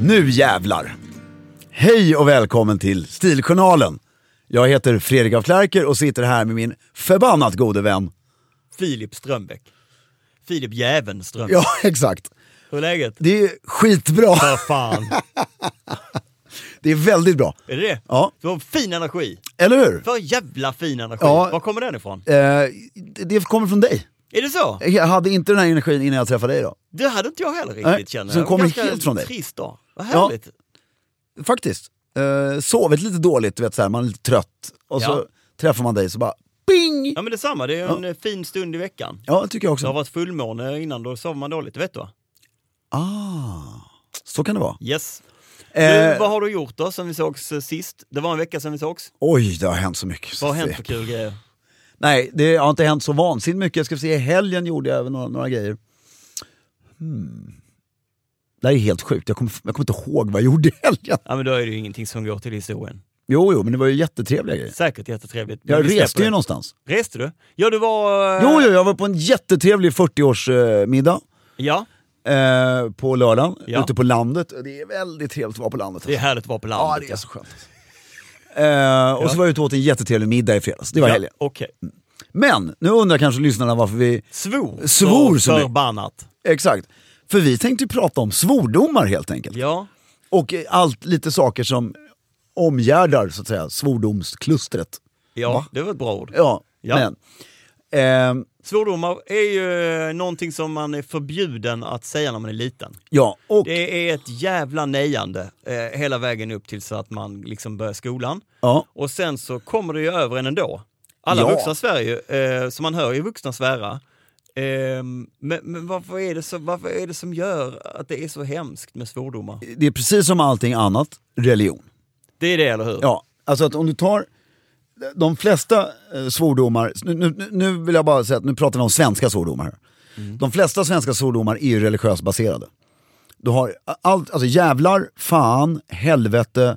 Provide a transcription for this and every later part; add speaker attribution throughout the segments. Speaker 1: Nu jävlar! Hej och välkommen till Stiljournalen. Jag heter Fredrik af Klerker och sitter här med min förbannat gode vän.
Speaker 2: Filip Strömbäck. Filip Jäveln Strömbäck.
Speaker 1: Ja, exakt.
Speaker 2: Hur är läget?
Speaker 1: Det är skitbra.
Speaker 2: För fan.
Speaker 1: Det är väldigt bra.
Speaker 2: Är det det?
Speaker 1: Ja.
Speaker 2: Du har fin energi.
Speaker 1: Eller hur?
Speaker 2: För jävla fin energi.
Speaker 1: Ja.
Speaker 2: Var kommer den ifrån?
Speaker 1: Eh, det- det kommer från dig.
Speaker 2: Är det så?
Speaker 1: Jag hade inte den här energin innan jag träffade dig idag.
Speaker 2: Det hade inte jag heller riktigt
Speaker 1: Nej,
Speaker 2: känner
Speaker 1: så den
Speaker 2: jag.
Speaker 1: kommer
Speaker 2: Ganska
Speaker 1: helt från dig.
Speaker 2: trist dag. Vad
Speaker 1: Ja.
Speaker 2: härligt.
Speaker 1: Faktiskt. Eh, sovit lite dåligt, du vet så här, man är lite trött. Och så
Speaker 2: Ja.
Speaker 1: träffar man dig så bara bing!
Speaker 2: Ja men detsamma, det är en eh, fin stund i veckan.
Speaker 1: Ja, det tycker jag
Speaker 2: Det har
Speaker 1: också.
Speaker 2: varit fullmåne innan, då sover man dåligt, det vet du va?
Speaker 1: Ah, så kan det vara.
Speaker 2: Yes.
Speaker 1: Eh,
Speaker 2: Du, vad har du gjort då sen vi sågs eh, sist? Det var en vecka sen vi sågs.
Speaker 1: Oj, det har hänt så mycket.
Speaker 2: Vad har hänt för kul grejer?
Speaker 1: Nej, det har inte hänt så vansinnigt mycket. Jag ska se, i helgen gjorde jag även några, några grejer. Hmm. Det här är helt sjukt, jag kommer, jag kommer inte ihåg vad jag gjorde i helgen.
Speaker 2: Ja men då är det ju ingenting som går till historien.
Speaker 1: Jo, jo, men det var ju jättetrevliga grejer.
Speaker 2: Säkert jättetrevligt. men
Speaker 1: Jag
Speaker 2: vi släpper
Speaker 1: reste ju
Speaker 2: det.
Speaker 1: någonstans.
Speaker 2: Reste du? Ja du var... eh,
Speaker 1: Jo, jo, jag var på en jättetrevlig 40-årsmiddag
Speaker 2: Ja,
Speaker 1: eh, på lördagen
Speaker 2: Ja.
Speaker 1: ute på landet. Det är väldigt trevligt att vara på landet. alltså.
Speaker 2: det är härligt alltså. att vara på landet.
Speaker 1: ja, det är så skönt. Eh, och så var jag ute och åt en jättetrevlig middag i fredags. Det var
Speaker 2: Ja,
Speaker 1: helgen.
Speaker 2: Okej.
Speaker 1: Men nu undrar kanske lyssnarna varför vi
Speaker 2: Svor.
Speaker 1: Svor
Speaker 2: så
Speaker 1: så mycket.
Speaker 2: förbannat.
Speaker 1: Exakt. För vi tänkte ju prata om svordomar helt enkelt.
Speaker 2: Ja.
Speaker 1: Och eh, allt lite saker som omgärdar så att säga svordomsklustret.
Speaker 2: Ja,
Speaker 1: Va?
Speaker 2: det var ett bra ord.
Speaker 1: Ja,
Speaker 2: Ja.
Speaker 1: men. Ehm,
Speaker 2: Svordomar är ju eh, någonting som man är förbjuden att säga när man är liten.
Speaker 1: ja, och
Speaker 2: Det är ett jävla nejande eh, hela vägen upp till så att man liksom börjar skolan.
Speaker 1: ja,
Speaker 2: Och sen så kommer det ju över en ändå. Alla
Speaker 1: Ja.
Speaker 2: vuxna svär ju, eh, som man hör ju vuxna svära. Ehm, men men varför, är det så, varför är det som gör att det är så hemskt med svordomar?
Speaker 1: det är precis som allting annat, religion.
Speaker 2: Det är det, eller hur?
Speaker 1: Ja, alltså att om du tar de flesta eh, svordomar, nu, nu, nu vill jag bara säga att nu pratar vi om svenska svordomar. här.
Speaker 2: Mm.
Speaker 1: De flesta svenska svordomar är ju religiöst baserade. Du har allt, alltså jävlar, fan, helvete,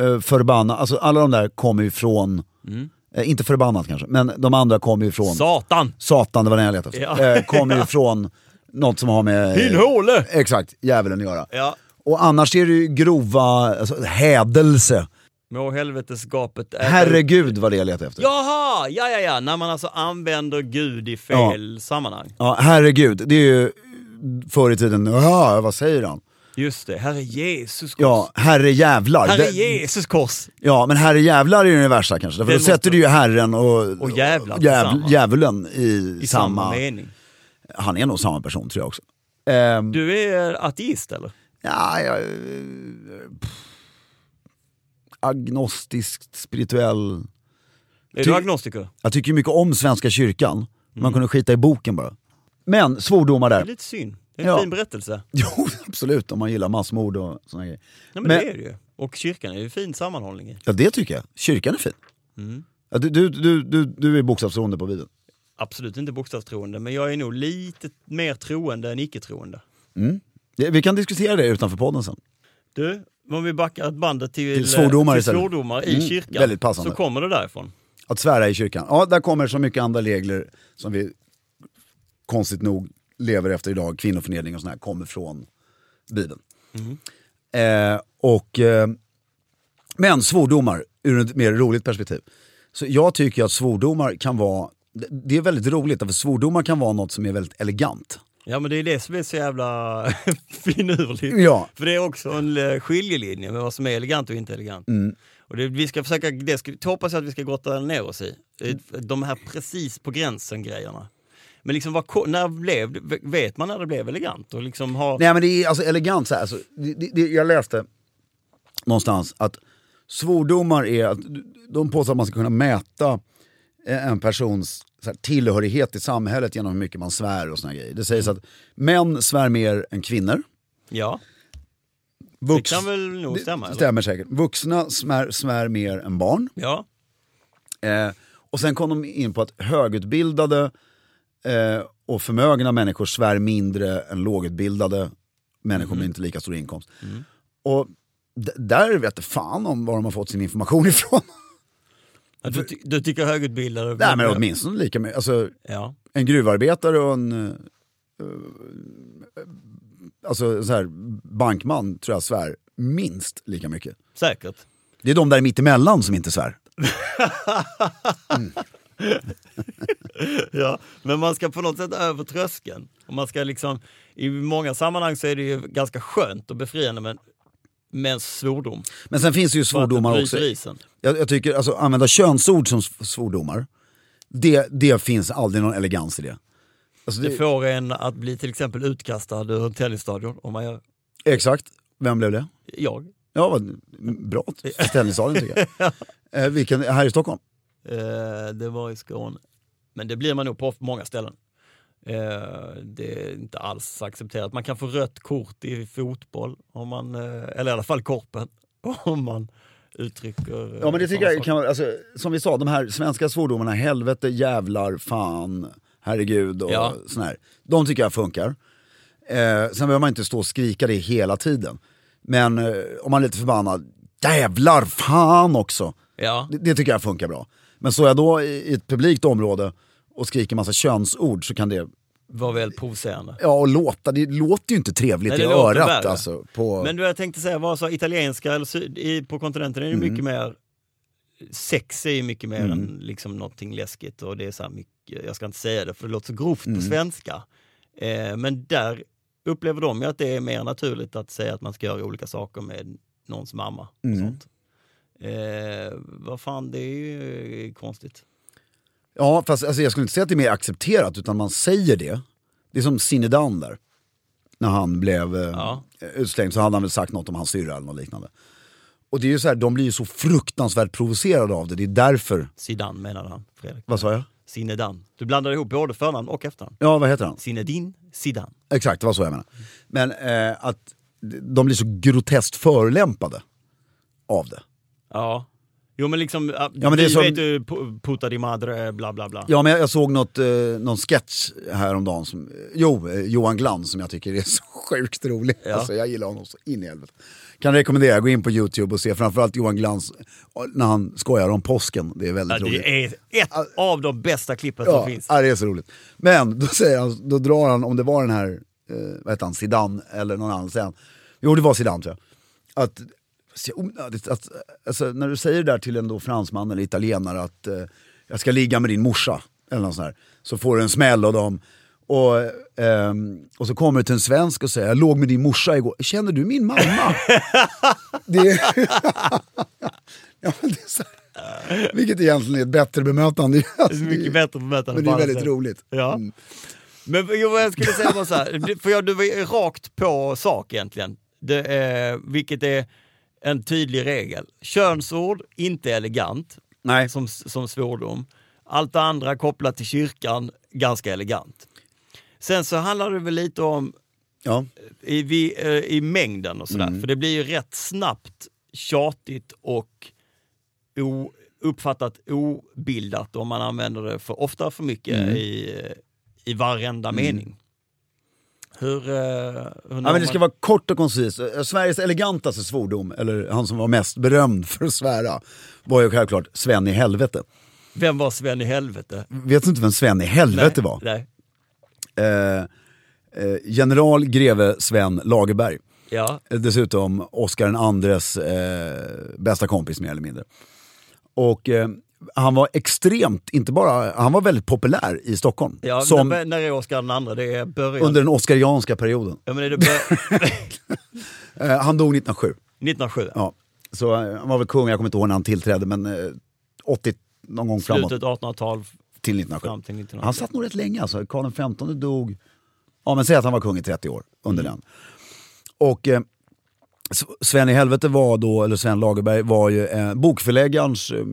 Speaker 1: eh, förbanna, alltså alla de där kommer ju från,
Speaker 2: Mm.
Speaker 1: eh, inte förbannat kanske, men de andra kommer ju från,
Speaker 2: Satan!
Speaker 1: satan det var den jag letade efter,
Speaker 2: Ja.
Speaker 1: eh, kommer ju från något som har med...
Speaker 2: Din håle!
Speaker 1: Exakt, djävulen att göra.
Speaker 2: Ja.
Speaker 1: Och annars är det ju grova, alltså, hädelse.
Speaker 2: Må helvetesgapet äta upp-
Speaker 1: Herregud vad det jag letade efter.
Speaker 2: Jaha! Ja, ja, ja. När man alltså använder Gud i fel sammanhang.
Speaker 1: Ja, herregud. Det är ju förr i tiden, ja, vad säger han?
Speaker 2: Just det, Herre Jesus kors.
Speaker 1: Ja, herre jävlar.
Speaker 2: Herre
Speaker 1: Det-
Speaker 2: Jesus kors!
Speaker 1: Ja, men herre jävlar är ju det värsta kanske. För
Speaker 2: Det
Speaker 1: då
Speaker 2: måste-
Speaker 1: sätter du ju herren och,
Speaker 2: Och jävlar
Speaker 1: jäv,
Speaker 2: tillsammans.
Speaker 1: djävulen i,
Speaker 2: I samma,
Speaker 1: samma...
Speaker 2: mening.
Speaker 1: Han är nog samma person tror jag också. Ehm,
Speaker 2: Du är ateist eller?
Speaker 1: ja, jag, eh, pff, agnostiskt, spirituell.
Speaker 2: Är
Speaker 1: Ty-
Speaker 2: du agnostiker?
Speaker 1: Jag tycker ju mycket om Svenska kyrkan.
Speaker 2: Mm.
Speaker 1: Man kunde skita i boken bara. Men svordomar
Speaker 2: Det är
Speaker 1: där.
Speaker 2: lite synd. Det är en
Speaker 1: Ja.
Speaker 2: fin berättelse.
Speaker 1: Jo, absolut. Om man gillar massmord och såna grejer.
Speaker 2: Nej, men,
Speaker 1: Men-
Speaker 2: det är det ju. Och kyrkan är ju fin sammanhållning i.
Speaker 1: Ja, det tycker jag. Kyrkan är fin. Ja, du, du, du, du, du är bokstavstroende på Bibeln.
Speaker 2: Absolut inte bokstavstroende, men jag är nog lite mer troende än icke-troende.
Speaker 1: Det- Vi kan diskutera det utanför podden sen.
Speaker 2: Du, om vi backar bandet till, eh,
Speaker 1: Till svordomar
Speaker 2: till
Speaker 1: istället.
Speaker 2: svordomar i
Speaker 1: Mm,
Speaker 2: kyrkan
Speaker 1: väldigt passande.
Speaker 2: så kommer det därifrån.
Speaker 1: Att svära i kyrkan. Ja, där kommer så mycket andra regler som vi konstigt nog lever efter idag. Kvinnoförnedring och sånt här kommer från Bibeln. Eh, och, eh, men svordomar ur ett mer roligt perspektiv. Så jag tycker att svordomar kan vara, det- det är väldigt roligt, för svordomar kan vara något som är väldigt elegant.
Speaker 2: Ja men det är det som är så jävla finurligt.
Speaker 1: Ja.
Speaker 2: För det är också en eh, skiljelinje med vad som är elegant och inte elegant.
Speaker 1: Mm.
Speaker 2: Och det, vi ska försöka, det ska, det hoppas jag att vi ska grotta ner oss i. Eh,
Speaker 1: Mm.
Speaker 2: De här precis på gränsen grejerna. Men liksom vad, ko- när blev, det- vet man när det blev elegant? Och liksom ha,
Speaker 1: Nej men det är alltså elegant så här. Alltså, det, det, det, jag läste någonstans att svordomar är att de påstår att man ska kunna mäta eh, en persons så här, tillhörighet i samhället genom hur mycket man svär och såna grejer. Det sägs att män svär mer än kvinnor.
Speaker 2: ja, det
Speaker 1: Vux,
Speaker 2: kan väl nog stämma?
Speaker 1: det
Speaker 2: eller?
Speaker 1: stämmer säkert. Vuxna svär, svär mer än barn.
Speaker 2: Ja,
Speaker 1: Eh, och sen kom de in på att högutbildade eh, och förmögna människor svär mindre än lågutbildade människor
Speaker 2: Mhm.
Speaker 1: med inte lika stor inkomst.
Speaker 2: Mm.
Speaker 1: Och d- där vet jag fan om var de har fått sin information ifrån.
Speaker 2: Ja, du, ty- du tycker högutbildade...
Speaker 1: Nej men åtminstone lika mycket. Alltså
Speaker 2: Ja.
Speaker 1: en gruvarbetare och en eh, eh, alltså, så här, bankman tror jag svär minst lika mycket.
Speaker 2: Säkert.
Speaker 1: Det är de där mittemellan som inte svär.
Speaker 2: Ja, men man ska på något sätt över tröskeln. Och man ska liksom, I många sammanhang så är det ju ganska skönt och befriande med, med en svordom.
Speaker 1: Men sen finns det ju
Speaker 2: För att det
Speaker 1: svordomar
Speaker 2: bryter
Speaker 1: också.
Speaker 2: Isen.
Speaker 1: Jag, jag tycker, alltså använda könsord som s- svordomar, det, det finns aldrig någon elegans i det. Alltså,
Speaker 2: Det
Speaker 1: det
Speaker 2: får en att bli till exempel utkastad ur en tennisstadion. Om man gör,
Speaker 1: Exakt, vem blev det?
Speaker 2: jag.
Speaker 1: Ja, vad bra ställningstagande tycker jag. eh, vilken, här i Stockholm?
Speaker 2: Eh, det var i Skåne. Men det blir man nog på många ställen. Eh, det är inte alls accepterat. Man kan få rött kort i fotboll, om man, eh, eller i alla fall korpen, om man uttrycker... eh,
Speaker 1: Ja men det tycker
Speaker 2: sådana saker.
Speaker 1: jag, kan, vara- alltså, som vi sa, de här svenska svordomarna, helvete, jävlar, fan, herregud och
Speaker 2: Ja.
Speaker 1: sån här. De tycker jag funkar. Eh, sen behöver man inte stå och skrika det hela tiden. Men eh, om man är lite förbannad, jävlar, fan också.
Speaker 2: Ja.
Speaker 1: Det, det tycker jag funkar bra. Men står jag då i, i ett publikt område och skriker massa könsord så kan det,
Speaker 2: var väl provocerande.
Speaker 1: ja och låta, det låter ju inte trevligt
Speaker 2: Nej,
Speaker 1: i
Speaker 2: det låter
Speaker 1: örat
Speaker 2: värre.
Speaker 1: alltså. På,
Speaker 2: Men du, jag tänkte säga, vad så italienska eller syd, i, på kontinenten är det mycket mer, sex är ju mycket mer än liksom någonting läskigt och det är så här mycket, jag ska inte säga det för det låter så grovt på svenska. Eh, men där upplever de ju att det är mer naturligt att säga att man ska göra olika saker med någons mamma. Och sånt. Eh, vad fan, det är ju eh, konstigt.
Speaker 1: Ja fast alltså, jag skulle inte säga att det är mer accepterat utan man säger det. Det är som Zinedine där. När han blev eh,
Speaker 2: Ja.
Speaker 1: utslängd så hade han väl sagt något om hans syrra eller något liknande. Och det är ju så här, de blir ju så fruktansvärt provocerade av det. Det är därför,
Speaker 2: Zidane menade han, Fredrik.
Speaker 1: vad sa jag?
Speaker 2: Zinedan. Du blandade ihop både förnamn och efternamn.
Speaker 1: Ja vad heter han?
Speaker 2: Zinedine Zidane.
Speaker 1: Exakt, det var så jag menade. Men eh, att de blir så groteskt förolämpade av det.
Speaker 2: Ja. Jo men liksom, ja,
Speaker 1: men det
Speaker 2: vi
Speaker 1: är som-
Speaker 2: vet ju pu- puta di madre, bla bla bla.
Speaker 1: Ja men jag, jag såg något, eh, någon sketch häromdagen, som, jo, eh, Johan Glans som jag tycker är så sjukt rolig. Alltså jag gillar honom så in i helvete. Kan rekommendera, gå in på YouTube och se framförallt Johan Glans eh, när han skojar om påsken. Det är väldigt
Speaker 2: Ja,
Speaker 1: roligt.
Speaker 2: det är ett av de bästa klippen
Speaker 1: ja,
Speaker 2: som finns.
Speaker 1: ja, det är så roligt. Men då, säger han, då drar han, om det var den här, eh, vad heter han, Zidane eller någon annan, säger han, jo det var Zidane tror jag. Att, så onödigt att alltså, när du säger det där till en då fransman eller italienare att eh, jag ska ligga med din morsa, eller något sånt här, så får du en smäll av dem. Och, ehm, och så kommer det till en svensk och säger, jag låg med din morsa igår. Känner du min mamma? det är... ja, men det är så... här. Vilket egentligen är ett bättre bemötande.
Speaker 2: Det är mycket bättre bemötande
Speaker 1: Men det är
Speaker 2: på alla
Speaker 1: väldigt
Speaker 2: sätt.
Speaker 1: roligt.
Speaker 2: Ja.
Speaker 1: Mm.
Speaker 2: Men jo, vad jag skulle säga var så här, du- för jag, du var rakt på sak egentligen. Det är, vilket är en tydlig regel. Könsord, inte elegant
Speaker 1: Nej.
Speaker 2: som, som svordom. Allt det andra kopplat till kyrkan, ganska elegant. Sen så handlar det väl lite om
Speaker 1: Ja.
Speaker 2: i, vi, eh, i mängden och sådär.
Speaker 1: Mm.
Speaker 2: För det blir ju rätt snabbt tjatigt och o, uppfattat obildat om man använder det för ofta för mycket
Speaker 1: Mm.
Speaker 2: i, i varenda mening. Hur... eh, hur
Speaker 1: Ja, men det ska vara kort och koncist. Eh, Sveriges elegantaste svordom, eller han som var mest berömd för att svära, var ju självklart Sven i helvete.
Speaker 2: Vem var Sven i helvete?
Speaker 1: Vet du inte vem Sven i helvete var?
Speaker 2: Nej.
Speaker 1: Eh, eh, general greve Sven Lagerberg.
Speaker 2: Ja.
Speaker 1: Eh, Dessutom Oscar den andres eh, bästa kompis mer eller mindre. Och eh, han var extremt, inte bara, han var väldigt populär i Stockholm.
Speaker 2: ja
Speaker 1: som
Speaker 2: när, när är Oscar den andra? Det är början...
Speaker 1: under den Oscarianska perioden.
Speaker 2: Ja, men är det bör...
Speaker 1: Eh, han dog 1907.
Speaker 2: 1907?
Speaker 1: Ja. Så eh, han var väl kung, jag kommer inte ihåg när han tillträdde, men eh, 80, någon gång framåt
Speaker 2: Slutet 1800-tal
Speaker 1: till 1907.
Speaker 2: fram till 1900.
Speaker 1: Han satt nog rätt länge alltså. Karl XV dog, ja men säg att han var kung i 30 år under
Speaker 2: Mm.
Speaker 1: den. Och eh, S- Sven i helvete var då, eller Sven Lagerberg var ju eh, bokförläggarens eh,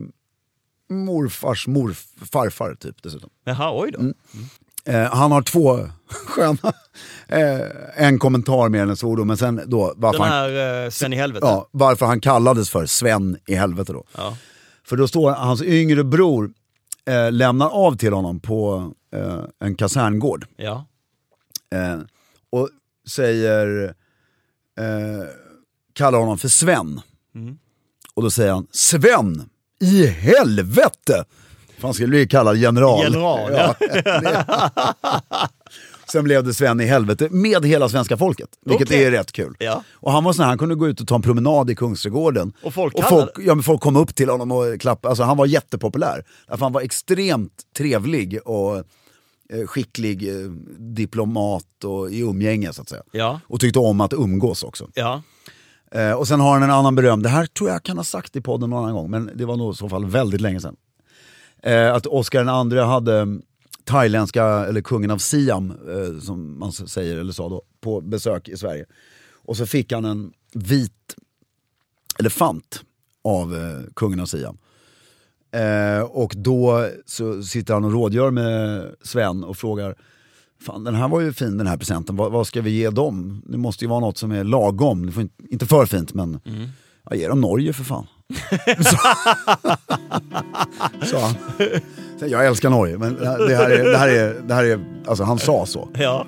Speaker 1: morfars morfarfar typ dessutom.
Speaker 2: Jaha, oj då.
Speaker 1: Mm. Eh, han har två sköna, eh, en kommentar mer än en svordom, men sen då varför
Speaker 2: Den
Speaker 1: han,
Speaker 2: här eh, Sven i helvete?
Speaker 1: ja, varför han kallades för Sven i helvete då.
Speaker 2: Ja.
Speaker 1: För då står hans yngre bror eh, lämnar av till honom på eh, en kaserngård.
Speaker 2: ja.
Speaker 1: Eh, och säger, eh, kallar honom för Sven. Och då säger han, Sven i helvete! För han skulle bli kallad general.
Speaker 2: General,
Speaker 1: Ja, det- Sen blev det Sven i helvete med hela svenska folket, vilket
Speaker 2: Okej.
Speaker 1: är rätt kul.
Speaker 2: Ja.
Speaker 1: Och han var sån här, han kunde gå ut och ta en promenad i Kungsträdgården.
Speaker 2: Och folk
Speaker 1: folk,
Speaker 2: kallade-
Speaker 1: ja, men folk kom upp till honom och klappade. Alltså, han var jättepopulär. Därför han var extremt trevlig och eh, skicklig eh, diplomat och i umgänge så att säga.
Speaker 2: Ja.
Speaker 1: Och tyckte om att umgås också.
Speaker 2: Ja.
Speaker 1: Eh, och sen har han en annan berömd, det här tror jag kan ha sagt i podden någon annan gång, men det var nog i så fall väldigt länge sedan. Eh, att Oscar den andre hade mm, thailändska, eller kungen av Siam, eh, som man s- säger eller sa då, på besök i Sverige. Och så fick han en vit elefant av eh, kungen av Siam. Eh, och då så sitter han och rådgör med Sven och frågar Fan den här var ju fin den här presenten, vad, vad ska vi ge dem? Det måste ju vara något som är lagom, det får inte, inte för fint men ja, ge dem Norge för fan. Så, sa han. Så jag älskar Norge men det här- det här är, det här är, det här är alltså han sa så.
Speaker 2: ja.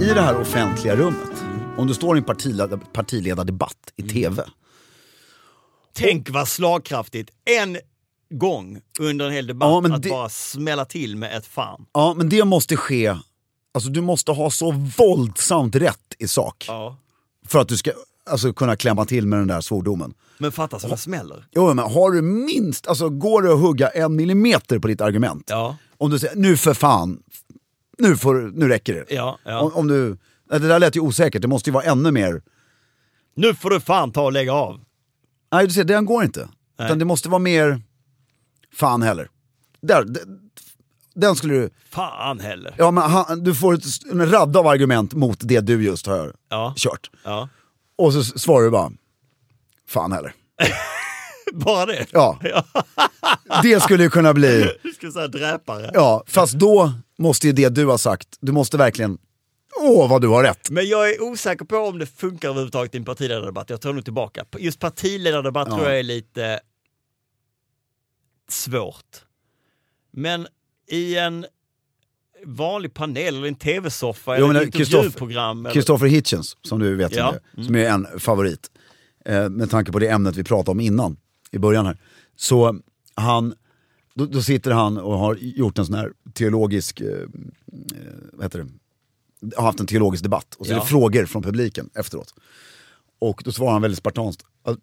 Speaker 1: I det här offentliga rummet, om du står i en partiledar, partiledardebatt i TV.
Speaker 2: Tänk vad slagkraftigt en gång under en hel debatt
Speaker 1: Ja, men
Speaker 2: att
Speaker 1: det-
Speaker 2: bara smälla till med ett fan.
Speaker 1: Ja men det måste ske, alltså du måste ha så våldsamt rätt i sak.
Speaker 2: Ja.
Speaker 1: För att du ska alltså, kunna klämma till med den där svordomen.
Speaker 2: Men fatta så det smäller.
Speaker 1: Jo, men har du minst, alltså går det att hugga en millimeter på ditt argument?
Speaker 2: Ja,
Speaker 1: Om du säger nu för fan, nu, får, du- nu räcker det.
Speaker 2: ja, ja.
Speaker 1: Om, om du, nej, det där lät ju osäkert, det måste ju vara ännu mer.
Speaker 2: Nu får du fan ta och lägga av.
Speaker 1: Nej du ser, den går inte. Utan det måste vara mer, fan heller. Där, den, den skulle du,
Speaker 2: Fan heller.
Speaker 1: ja men han, du får ett, en radda av argument mot det du just har
Speaker 2: Ja.
Speaker 1: kört.
Speaker 2: Ja.
Speaker 1: Och så s- svarar du bara, fan heller.
Speaker 2: Bara det.
Speaker 1: Ja. Det skulle ju kunna bli,
Speaker 2: Du ska säga dräpare.
Speaker 1: ja, fast då måste ju det du har sagt, du måste verkligen, åh vad du har rätt.
Speaker 2: Men jag är osäker på om det funkar överhuvudtaget i en partiledardebatt. Jag tar nog tillbaka. Just partiledardebatt tror jag är lite svårt. Men i en vanlig panel eller en tv-soffa
Speaker 1: Jo,
Speaker 2: eller
Speaker 1: men
Speaker 2: ett
Speaker 1: Christopher-
Speaker 2: intervjuprogram. eller-
Speaker 1: Christopher Hitchens, som du vet
Speaker 2: Ja.
Speaker 1: ja. som är en favorit. Eh, med tanke på det ämnet vi pratade om innan, i början här. Så han, då, då sitter han och har gjort en sån här teologisk, eh, eh, vad heter det, har haft en teologisk debatt. Och så är
Speaker 2: Ja.
Speaker 1: det frågor från publiken efteråt. Och då svarar han väldigt spartanskt. Att-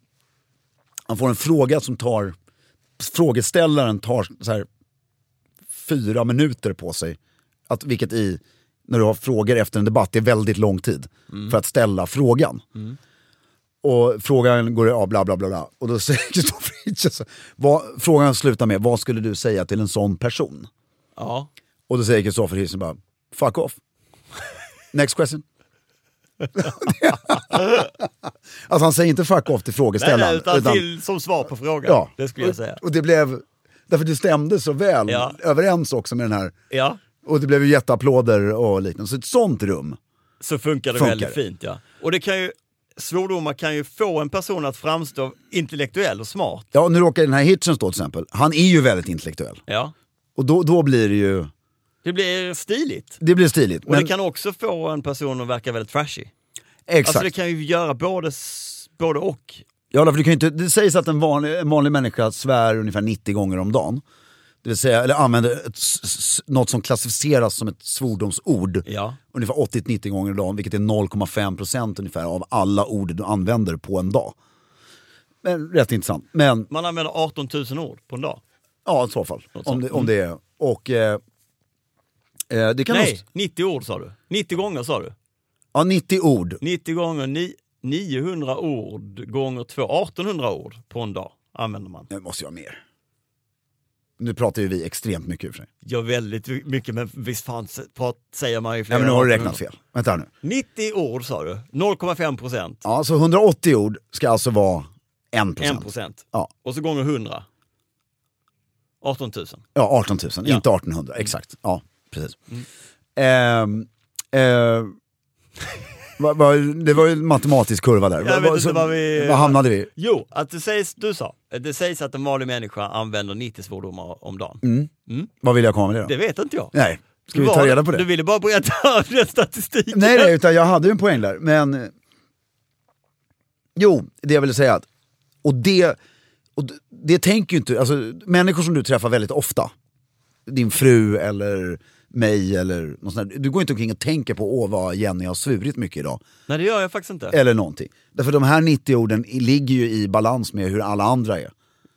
Speaker 1: Han får en fråga som tar, frågeställaren tar så här fyra minuter på sig. Att, vilket i, när du har frågor efter en debatt, det är väldigt lång tid för att ställa frågan. Och frågan går ja, bla bla bla bla. Och då säger Kristoffer Hitchens, vad, frågan slutar med, vad skulle du säga till en sån person?
Speaker 2: Ja.
Speaker 1: Och då säger Kristoffer Hitchens bara, fuck off. Next question. alltså han säger inte fuck off till
Speaker 2: Nej,
Speaker 1: frågeställaren.
Speaker 2: nej, utan, till, som svar på frågan.
Speaker 1: ja.
Speaker 2: Det skulle jag säga.
Speaker 1: Och, och det blev, därför det stämde så väl
Speaker 2: Ja.
Speaker 1: överens också med den här
Speaker 2: Ja,
Speaker 1: och det blev ju jätteapplåder och liknande. Så ett sånt rum.
Speaker 2: så funkar det
Speaker 1: Funkar.
Speaker 2: väldigt fint. Ja. Och det kan ju, svordomar kan ju få en person att framstå intellektuell och smart.
Speaker 1: Ja, nu råkar den här Hitchens då till exempel, han är ju väldigt intellektuell.
Speaker 2: Ja.
Speaker 1: Och då, då blir det ju,
Speaker 2: Det blir stiligt.
Speaker 1: det blir stiligt.
Speaker 2: Och
Speaker 1: Men,
Speaker 2: det kan också få en person att verka väldigt trashy.
Speaker 1: exakt.
Speaker 2: Alltså det kan ju göra både, s- både och.
Speaker 1: Ja, för du kan ju inte, det sägs att en vanlig, en vanlig människa svär ungefär 90 gånger om dagen. Det vill säga, eller använder ett, s- s- något som klassificeras som ett svordomsord.
Speaker 2: Ja.
Speaker 1: Ungefär 80-90 gånger om dagen, vilket är 0,5% ungefär av alla ord du använder på en dag. Men rätt intressant. Men
Speaker 2: Man använder 18 000 ord på en dag.
Speaker 1: ja, i så fall.
Speaker 2: Något
Speaker 1: Om
Speaker 2: sånt.
Speaker 1: det, om det är. Och eh, eh, det kan nog-
Speaker 2: Nej, 90 ord sa du. 90 gånger sa du.
Speaker 1: Ja, 90 ord.
Speaker 2: 90 gånger ni, 900 ord gånger 2, 1800 ord på en dag använder man.
Speaker 1: Nu måste jag ha mer. Nu pratar ju vi extremt mycket i och för sig.
Speaker 2: Ja, väldigt mycket, men visst fan s- prat, säger man ju flera
Speaker 1: Nej men nu har du
Speaker 2: ord.
Speaker 1: räknat fel. Vänta här nu.
Speaker 2: 90 ord sa du, 0,5 procent.
Speaker 1: Ja, så 180 ord ska alltså vara 1%.
Speaker 2: 1 procent.
Speaker 1: Ja.
Speaker 2: Och så gånger 100. 18 000.
Speaker 1: Ja, 18 000,
Speaker 2: Ja. Mm.
Speaker 1: inte 1800. Exakt. Ja, precis. Ehm, ehm, vad- vad- det var ju en matematisk kurva där.
Speaker 2: vet
Speaker 1: Vad-
Speaker 2: inte vad vi-
Speaker 1: vad hamnade vi?
Speaker 2: Jo, att det sägs, du sa, det sägs att en vanlig människa använder 90 svordomar om dagen.
Speaker 1: Vad vill jag komma med det då?
Speaker 2: Det vet inte jag.
Speaker 1: Nej, Mm. ska vi
Speaker 2: Du
Speaker 1: ta
Speaker 2: var-
Speaker 1: reda på det?
Speaker 2: Du ville bara berätta den statistiken.
Speaker 1: Nej, nej, utan jag hade ju en poäng där. Men... eh, Jo, det jag ville säga att... Och det... Och d- det tänker ju inte... Alltså, människor som du träffar väldigt ofta. Din fru eller mig eller något sånt där, Du går inte omkring och tänker på åh vad Jenny har svurit mycket idag.
Speaker 2: Nej, det gör jag faktiskt inte.
Speaker 1: Eller någonting. Därför de här 90 orden i- ligger ju i balans med hur alla andra är.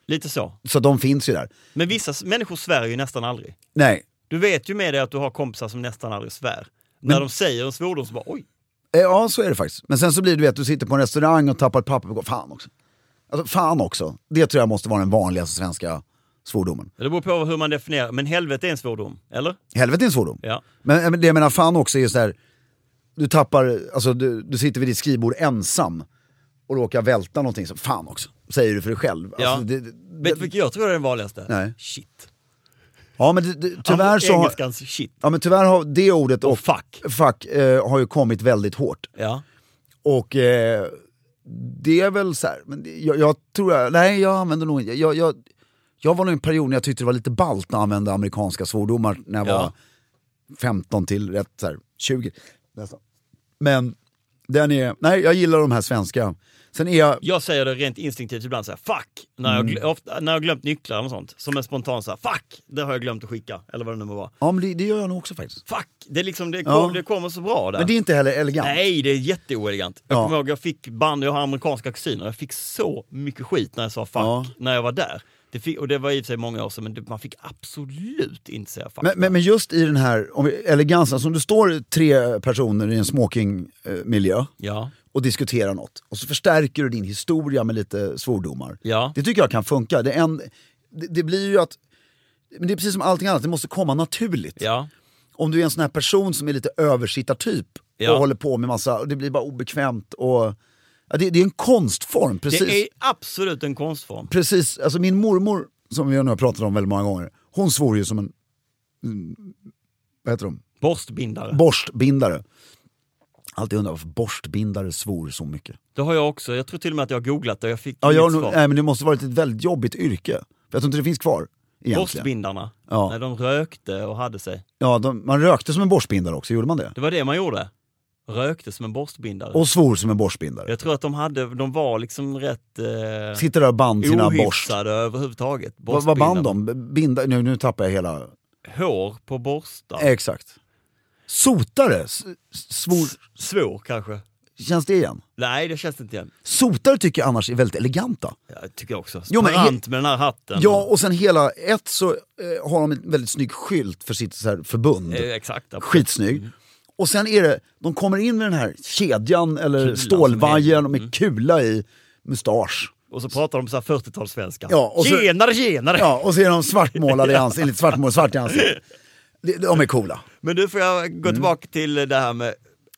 Speaker 2: Lite så.
Speaker 1: Så de finns ju där.
Speaker 2: Men vissa s- människor svär ju nästan aldrig.
Speaker 1: Nej.
Speaker 2: Du vet ju med dig att du har kompisar som nästan aldrig svär. När de säger en svordom så bara oj.
Speaker 1: Eh, Ja, så är det faktiskt. Men sen så blir det ju att du sitter på en restaurang och tappar ett papper på golvet. Fan också. Alltså, fan också. Det tror jag måste vara den vanligaste svenska svordomen.
Speaker 2: Det beror på hur man definierar, men helvete är en svordom, eller?
Speaker 1: Helvete är en svordom.
Speaker 2: Ja.
Speaker 1: Men eh, men det jag menar fan också är ju så här. Du tappar, alltså du, du sitter vid ditt skrivbord ensam och råkar välta någonting. Så, fan också, säger du för dig själv.
Speaker 2: Ja.
Speaker 1: Alltså, det, det,
Speaker 2: Vet du vilket jag tror är den vanligaste?
Speaker 1: Nej.
Speaker 2: Shit.
Speaker 1: ja men det, det, tyvärr så har,
Speaker 2: Engelskans shit.
Speaker 1: ja, men tyvärr har det ordet och
Speaker 2: Fuck.
Speaker 1: fuck eh, har ju kommit väldigt hårt.
Speaker 2: Ja.
Speaker 1: Och eh, det är väl så här, men det, jag, jag tror jag, nej jag använder nog inte, jag, jag, jag var nog i en period när jag tyckte det var lite ballt när jag använde amerikanska svordomar när jag
Speaker 2: Ja.
Speaker 1: var 15 till rätt så här, 20 nästan. Men den är, nej jag gillar de här svenska. Sen är jag,
Speaker 2: Jag säger det rent instinktivt ibland så här, fuck, när
Speaker 1: Mm.
Speaker 2: jag, glö- ofta, när jag glömt nycklar och sånt. Som en spontan så här, fuck, det har jag glömt att skicka. Eller vad det nu må vara.
Speaker 1: ja men det, det gör jag nog också faktiskt.
Speaker 2: Fuck, det, är liksom, det, kom,
Speaker 1: Ja.
Speaker 2: det kommer så bra där.
Speaker 1: Men det är inte heller elegant.
Speaker 2: Nej, det är jätteoelegant. Jag
Speaker 1: Ja.
Speaker 2: kommer ihåg, jag fick band, jag har amerikanska kusiner, jag fick så mycket skit när jag sa fuck
Speaker 1: Ja.
Speaker 2: när jag var där. Det fick, och det var i och för sig många år sedan, men det, man fick absolut inte säga fuck.
Speaker 1: Men, men, men just i den här om vi- elegansen, som du står tre personer i en smokingmiljö
Speaker 2: Ja,
Speaker 1: och diskuterar något. Och så förstärker du din historia med lite svordomar.
Speaker 2: ja.
Speaker 1: Det tycker jag kan funka. Det, är en, det, det blir ju att... Men det är precis som allting annat, det måste komma naturligt.
Speaker 2: ja.
Speaker 1: Om du är en sån här person som är lite översittartyp
Speaker 2: Ja.
Speaker 1: och håller på med massa, och det blir bara obekvämt och... Ja, det, det är en konstform, precis.
Speaker 2: Det är absolut en konstform.
Speaker 1: Precis, alltså min mormor, som jag nu har pratat om väldigt många gånger, hon svor ju som en... mm, Vad heter de?
Speaker 2: Borstbindare.
Speaker 1: Borstbindare. Alltid undrat varför borstbindare svor så mycket.
Speaker 2: det har jag också. Jag tror till och med att jag har googlat det och jag fick
Speaker 1: Ja,
Speaker 2: inget
Speaker 1: jag har nog, äh,
Speaker 2: svar.
Speaker 1: nej, men det måste varit ett väldigt jobbigt yrke. Jag tror inte det finns kvar. Egentligen.
Speaker 2: Borstbindarna,
Speaker 1: Ja.
Speaker 2: när de rökte och hade sig.
Speaker 1: Ja, de, man rökte som en borstbindare också, gjorde man det?
Speaker 2: Det var det man gjorde. Rökte som en borstbindare.
Speaker 1: Och svor som en borstbindare.
Speaker 2: Jag tror att de, hade, de var liksom rätt eh,
Speaker 1: Sitter där och band sina borst.
Speaker 2: ohyfsade överhuvudtaget.
Speaker 1: Vad, vad band
Speaker 2: Borstbindare.
Speaker 1: de? Binda, nu, nu tappar jag hela...
Speaker 2: Hår på borstar.
Speaker 1: Exakt. Sotare? S- s- Svor...
Speaker 2: Svår kanske.
Speaker 1: Känns det igen?
Speaker 2: Nej, det känns inte igen.
Speaker 1: Sotare tycker jag annars är väldigt eleganta.
Speaker 2: Jag tycker också.
Speaker 1: Jo, men-
Speaker 2: Sparant med den här hatten.
Speaker 1: Ja, och sen hela ett så eh, har de en väldigt snygg skylt för sitt så här, förbund.
Speaker 2: Eh, Exakt. absolut.
Speaker 1: Skitsnygg. Och sen är det, de kommer in med den här kedjan eller
Speaker 2: Kulan
Speaker 1: stålvajern
Speaker 2: som är-
Speaker 1: med kula i mustasch.
Speaker 2: Och så pratar de så här 40-talssvenska.
Speaker 1: Ja, och så-
Speaker 2: Tjenare, tjenare!
Speaker 1: Ja, och så är de svartmålade i ansiktet, lite svartmål, svart i ansiktet. De, de är coola.
Speaker 2: Men nu får jag
Speaker 1: Mm.
Speaker 2: gå tillbaka till det här med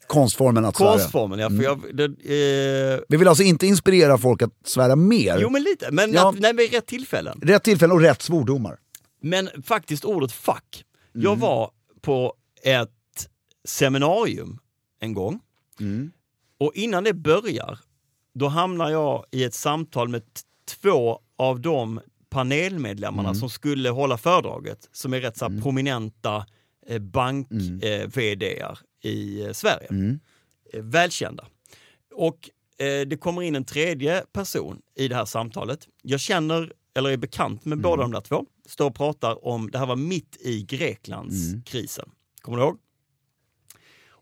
Speaker 1: Konstformen att svära.
Speaker 2: konstformen. Ja, för jag, det, eh,
Speaker 1: Vi vill alltså inte inspirera folk att svära mer.
Speaker 2: jo, men lite. Men
Speaker 1: Ja.
Speaker 2: att, nej, vid rätt tillfällen.
Speaker 1: Rätt tillfälle och rätt svordomar.
Speaker 2: Men faktiskt ordet fuck. Jag var på ett seminarium en gång. Och innan det börjar, då hamnar jag i ett samtal med t- två av de panelmedlemmarna som skulle hålla föredraget, som är rätt så här prominenta eh, bank-vdar i eh, Sverige. Eh, Välkända. Och eh, det kommer in en tredje person i det här samtalet. Jag känner, eller är bekant med båda de där två. Står och pratar om, det här var mitt i Greklandskrisen. Kommer du ihåg?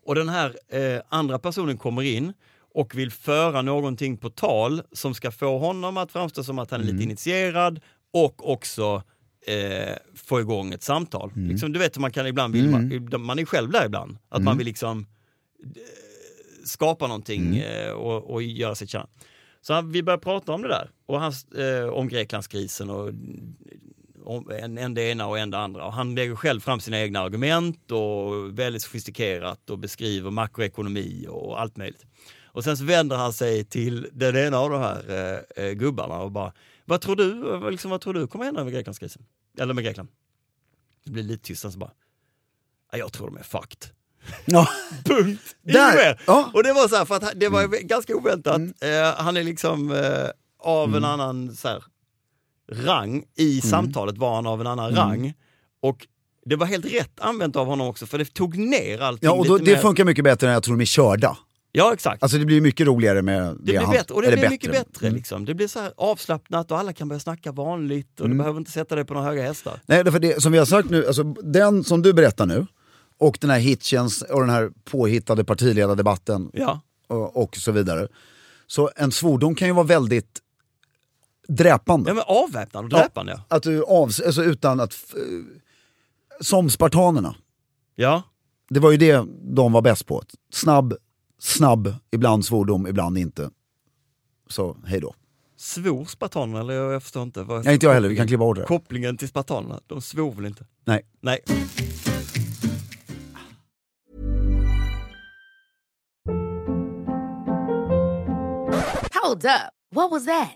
Speaker 2: Och den här eh, andra personen kommer in och vill föra någonting på tal som ska få honom att framstå som att han är lite initierad och också eh, få igång ett samtal. Liksom, du vet hur man kan ibland, vill man, man är själv där ibland, att man vill liksom skapa någonting
Speaker 1: Mm.
Speaker 2: eh, och, och göra sitt kärn. Så han, vi började prata om det där, och han, eh, om Greklandskrisen och om, en, en det ena och en det andra. Och han lägger själv fram sina egna argument och väldigt sofistikerat och beskriver makroekonomi och allt möjligt. Och sen så vänder han sig till den ena av de här eh, eh, gubbarna och bara, vad tror du, eh, liksom, vad tror du kommer hända med Greklandskrisen? Eller med Grekland? Det blir lite tyst, sen så bara, "Ja, jag tror de är fucked.
Speaker 1: Ja.
Speaker 2: Punkt.
Speaker 1: Där,
Speaker 2: Inget mer.
Speaker 1: ja.
Speaker 2: Och det var så här, för att han- det var
Speaker 1: Mm.
Speaker 2: ganska oväntat. Eh, han är liksom eh, av
Speaker 1: Mm.
Speaker 2: en annan så här, rang. I samtalet var han av en
Speaker 1: Mm.
Speaker 2: annan rang. Och det var helt rätt använt av honom också, för det tog ner allting
Speaker 1: Ja, och då,
Speaker 2: lite
Speaker 1: det
Speaker 2: mer.
Speaker 1: funkar mycket bättre än jag tror de är körda.
Speaker 2: Ja, exakt.
Speaker 1: Alltså det blir mycket roligare med det,
Speaker 2: det blir
Speaker 1: han-
Speaker 2: bättre, och det
Speaker 1: eller Mm.
Speaker 2: blir mycket bättre. Liksom. Det blir så här avslappnat och alla kan börja snacka vanligt och
Speaker 1: Mm.
Speaker 2: du behöver inte sätta dig på några höga hästar.
Speaker 1: Nej, därför det, som vi har sagt nu, alltså, den som du berättar nu och den här Hitchens och den här påhittade partiledardebatten
Speaker 2: Ja.
Speaker 1: och, och så vidare. Så en svordom kan ju vara väldigt dräpande.
Speaker 2: ja, men avväpnad och dräpande. Ja.
Speaker 1: Att du avs- alltså utan att... f- Som spartanerna.
Speaker 2: ja.
Speaker 1: Det var ju det de var bäst på. Snabb, snabb, ibland svordom, ibland inte. Så hej då.
Speaker 2: Svor spartanerna? Eller jag, jag förstår inte. Vad-
Speaker 1: Nej, inte jag heller. Vi kan kliva bort det. här.
Speaker 2: Kopplingen till spartanerna, de svor väl inte?
Speaker 1: Nej.
Speaker 2: Nej.
Speaker 3: Hold up. What was that?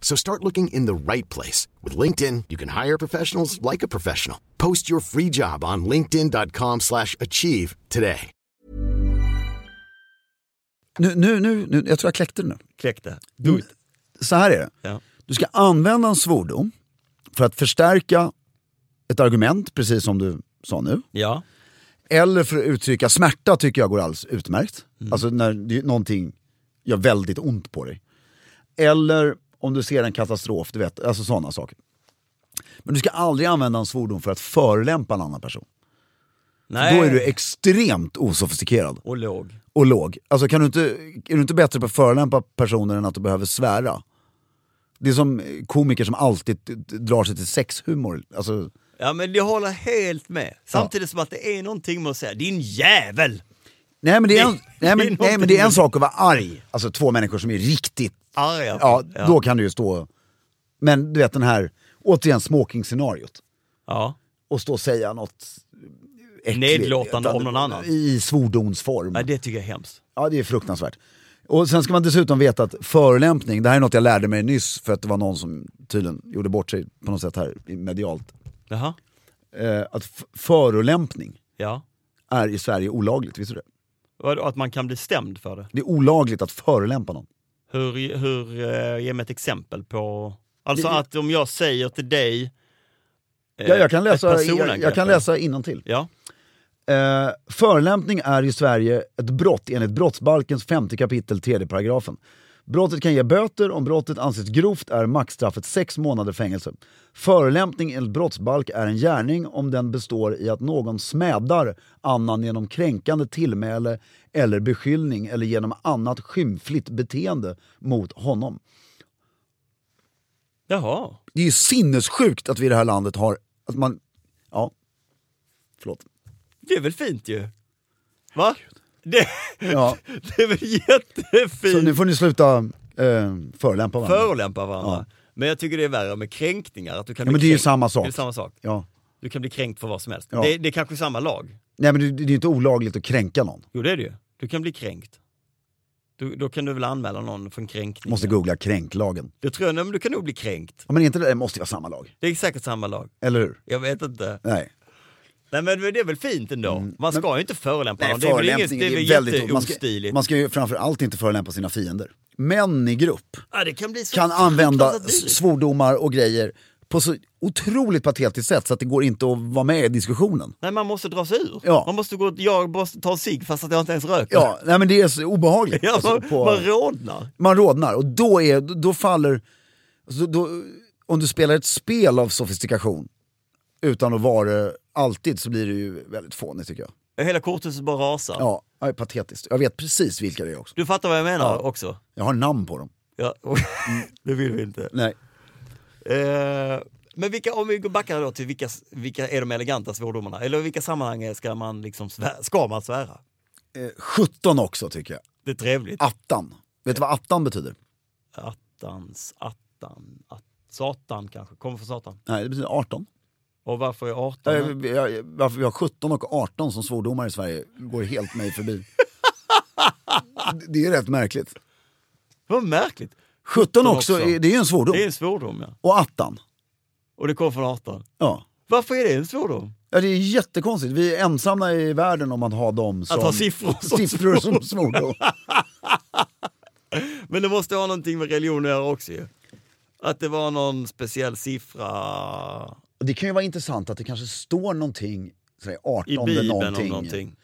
Speaker 4: So start looking in the right place. With LinkedIn, you can hire professionals like a professional. Post your free job on linkedin.com/achieve slash achieve today.
Speaker 1: Nu, nu, nu, nu, jag tror jag kläckte det nu.
Speaker 2: Kläckte. Do it.
Speaker 1: Så här är det.
Speaker 2: Ja.
Speaker 1: Du ska använda en svordom för att förstärka ett argument, precis som du sa nu.
Speaker 2: ja.
Speaker 1: Eller för att uttrycka smärta tycker jag går alldeles utmärkt.
Speaker 2: Mm.
Speaker 1: Alltså när det- någonting gör väldigt ont på dig. Eller om du ser en katastrof, du vet, alltså sådana saker. Men du ska aldrig använda en svordom för att förolämpa en annan person.
Speaker 2: Nej.
Speaker 1: Då är du extremt osofistikerad
Speaker 2: Och låg.
Speaker 1: och låg. Alltså kan du inte, är du inte bättre på att förolämpa personer än att du behöver svära? Det är som komiker som alltid drar sig till sexhumor. Alltså,
Speaker 2: Ja men jag håller helt med. Samtidigt som att det är någonting med att säga din jävel!
Speaker 1: nej, men det är
Speaker 2: Nej,
Speaker 1: en, nej,
Speaker 2: det är
Speaker 1: men, nej men det är en
Speaker 2: någonting-
Speaker 1: sak att vara arg. Alltså två människor som är riktigt
Speaker 2: Arga.
Speaker 1: Ja,
Speaker 2: ja.
Speaker 1: då kan du ju stå... Men du vet den här, återigen smoking-scenariot.
Speaker 2: Ja.
Speaker 1: Och stå och säga något äckligt.
Speaker 2: Nedlåtande om någon annan.
Speaker 1: I svordonsform.
Speaker 2: Nej, det tycker jag är hemskt.
Speaker 1: Ja, det är fruktansvärt. Och sen ska man dessutom veta att förolämpning, det här är något jag lärde mig nyss för att det var någon som tydligen gjorde bort sig på något sätt här i- medialt.
Speaker 2: Jaha.
Speaker 1: Eh, att f- förolämpning
Speaker 2: Ja.
Speaker 1: är i Sverige olagligt, visste du det?
Speaker 2: Vadå, Att man kan bli stämd för det.
Speaker 1: Det är olagligt att förolämpa någon.
Speaker 2: Hur, hur, eh, ge mig ett exempel på... Alltså
Speaker 1: Det-
Speaker 2: att om jag säger till dig... eh,
Speaker 1: Ja, jag kan
Speaker 2: ett
Speaker 1: läsa, jag,
Speaker 2: personangrepp,
Speaker 1: jag kan
Speaker 2: eller?
Speaker 1: läsa innantill.
Speaker 2: Ja.
Speaker 1: Eh, förolämpning är i Sverige ett brott enligt brottsbalkens femte kapitel tredje paragrafen. Brottet kan ge böter. Om brottet anses grovt är maxstraffet sex månader fängelse. Förolämpning enligt brottsbalk är en gärning om den består i att någon smädar annan genom kränkande tillmäle eller beskyllning eller genom annat skymfligt beteende mot honom.
Speaker 2: Jaha.
Speaker 1: Det är ju sinnessjukt att vi i det här landet har... Att man, ja, förlåt.
Speaker 2: Det är väl fint ju? Va? Det,
Speaker 1: Ja,
Speaker 2: det är väl
Speaker 1: så nu
Speaker 2: jättefint?
Speaker 1: får ni sluta eh, förolämpa varandra.
Speaker 2: Förolämpa varandra. Men jag tycker det är värre med kränkningar. Att du kan
Speaker 1: Ja,
Speaker 2: bli
Speaker 1: men det är ju
Speaker 2: kränkt.
Speaker 1: samma sak.
Speaker 2: Det är samma sak.
Speaker 1: Ja.
Speaker 2: Du kan bli kränkt för vad som helst.
Speaker 1: Ja.
Speaker 2: Det, det är kanske samma lag.
Speaker 1: Nej men det, det är ju inte olagligt att kränka någon.
Speaker 2: Jo, det är det ju. Du kan bli kränkt. Du, då kan du väl anmäla någon för en kränkning?
Speaker 1: Måste googla kränklagen.
Speaker 2: Jag tror nej, men du kan nog bli kränkt.
Speaker 1: Ja, men är inte det, det måste ju vara samma lag.
Speaker 2: Det är säkert samma lag.
Speaker 1: Eller hur?
Speaker 2: Jag vet inte.
Speaker 1: Nej.
Speaker 2: Nej men det är väl fint ändå. Man ska ju inte förolämpa någon. Det är väl inget,
Speaker 1: Mm. förolämpning
Speaker 2: det är väl
Speaker 1: o- man, ska,
Speaker 2: jätteostiligt.
Speaker 1: man ska ju framförallt inte förolämpa sina fiender. Män i grupp
Speaker 2: Ja, det kan bli så
Speaker 1: kan använda
Speaker 2: fruktansvärt dyrt.
Speaker 1: s- svordomar och grejer på så otroligt patetiskt sätt så att det går inte att vara med i diskussionen.
Speaker 2: Nej, man måste dra sig ur.
Speaker 1: Ja.
Speaker 2: Man måste gå, jag måste ta en cigg fast att jag inte ens röker.
Speaker 1: Ja, nej men det är så obehagligt.
Speaker 2: Ja,
Speaker 1: Alltså,
Speaker 2: man,
Speaker 1: på-
Speaker 2: man rodnar.
Speaker 1: man rodnar och då, är, då faller... Alltså då, om du spelar ett spel av sofistikation utan att vara det alltid så blir det ju väldigt fånigt tycker jag.
Speaker 2: Hela korthuset bara rasar.
Speaker 1: Ja, det är patetiskt. Jag vet precis vilka det är också.
Speaker 2: Du fattar vad jag menar också?
Speaker 1: Jag har namn på dem.
Speaker 2: Ja. det vill vi inte.
Speaker 1: Nej.
Speaker 2: Eh, men vilka, om vi går backar då till vilka, vilka är de eleganta svordomarna? Eller i vilka sammanhang ska man, liksom svä- ska man svära?
Speaker 1: Eh, 17 också tycker jag.
Speaker 2: Det är trevligt.
Speaker 1: Attan. Vet du vad attan betyder?
Speaker 2: Attans, attan, att, satan kanske, kommer från satan.
Speaker 1: Nej, det betyder 18.
Speaker 2: Och varför är 18?
Speaker 1: Jag, jag, jag, varför vi har 17 och 18 som svordomar i Sverige går helt mig förbi. Det- det är rätt märkligt.
Speaker 2: Vad märkligt!
Speaker 1: 17 också,
Speaker 2: också.
Speaker 1: är- det är ju en svordom.
Speaker 2: Det är en svordom ja.
Speaker 1: Och attan.
Speaker 2: Och det kommer från 18.
Speaker 1: Ja.
Speaker 2: Varför är det en svordom?
Speaker 1: Ja, det är jättekonstigt. Vi är ensamma i världen om att ha dem som...
Speaker 2: Att ha siffror som
Speaker 1: siffror som svordom.
Speaker 2: Men det måste ha någonting med religion att göra också ju. Att det var någon speciell siffra
Speaker 1: Och det kan ju vara intressant att det kanske står någonting, sådär, 18
Speaker 2: i Bibeln
Speaker 1: någonting.
Speaker 2: om någonting.